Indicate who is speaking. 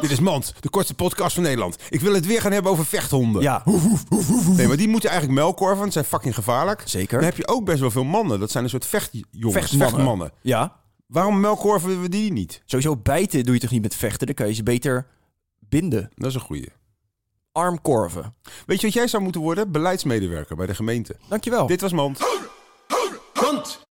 Speaker 1: Dit is Mand, de kortste podcast van Nederland. Ik wil het weer gaan hebben over vechthonden.
Speaker 2: Ja.
Speaker 1: Hoef, hoef, hoef, hoef, hoef. Nee, maar die moeten eigenlijk melkorven, want zijn fucking gevaarlijk.
Speaker 2: Zeker.
Speaker 1: Dan heb je ook best wel veel mannen. Dat zijn een soort vechtjongens, vechtmannen.
Speaker 2: Ja.
Speaker 1: Waarom melkorven we die niet?
Speaker 2: Sowieso bijten doe je toch niet met vechten? Dan kan je ze beter binden.
Speaker 1: Dat is een goeie.
Speaker 2: Armkorven.
Speaker 1: Weet
Speaker 2: Oh.
Speaker 1: je wat jij zou moeten worden? Beleidsmedewerker bij de gemeente.
Speaker 2: Dankjewel.
Speaker 1: Dit was Mand.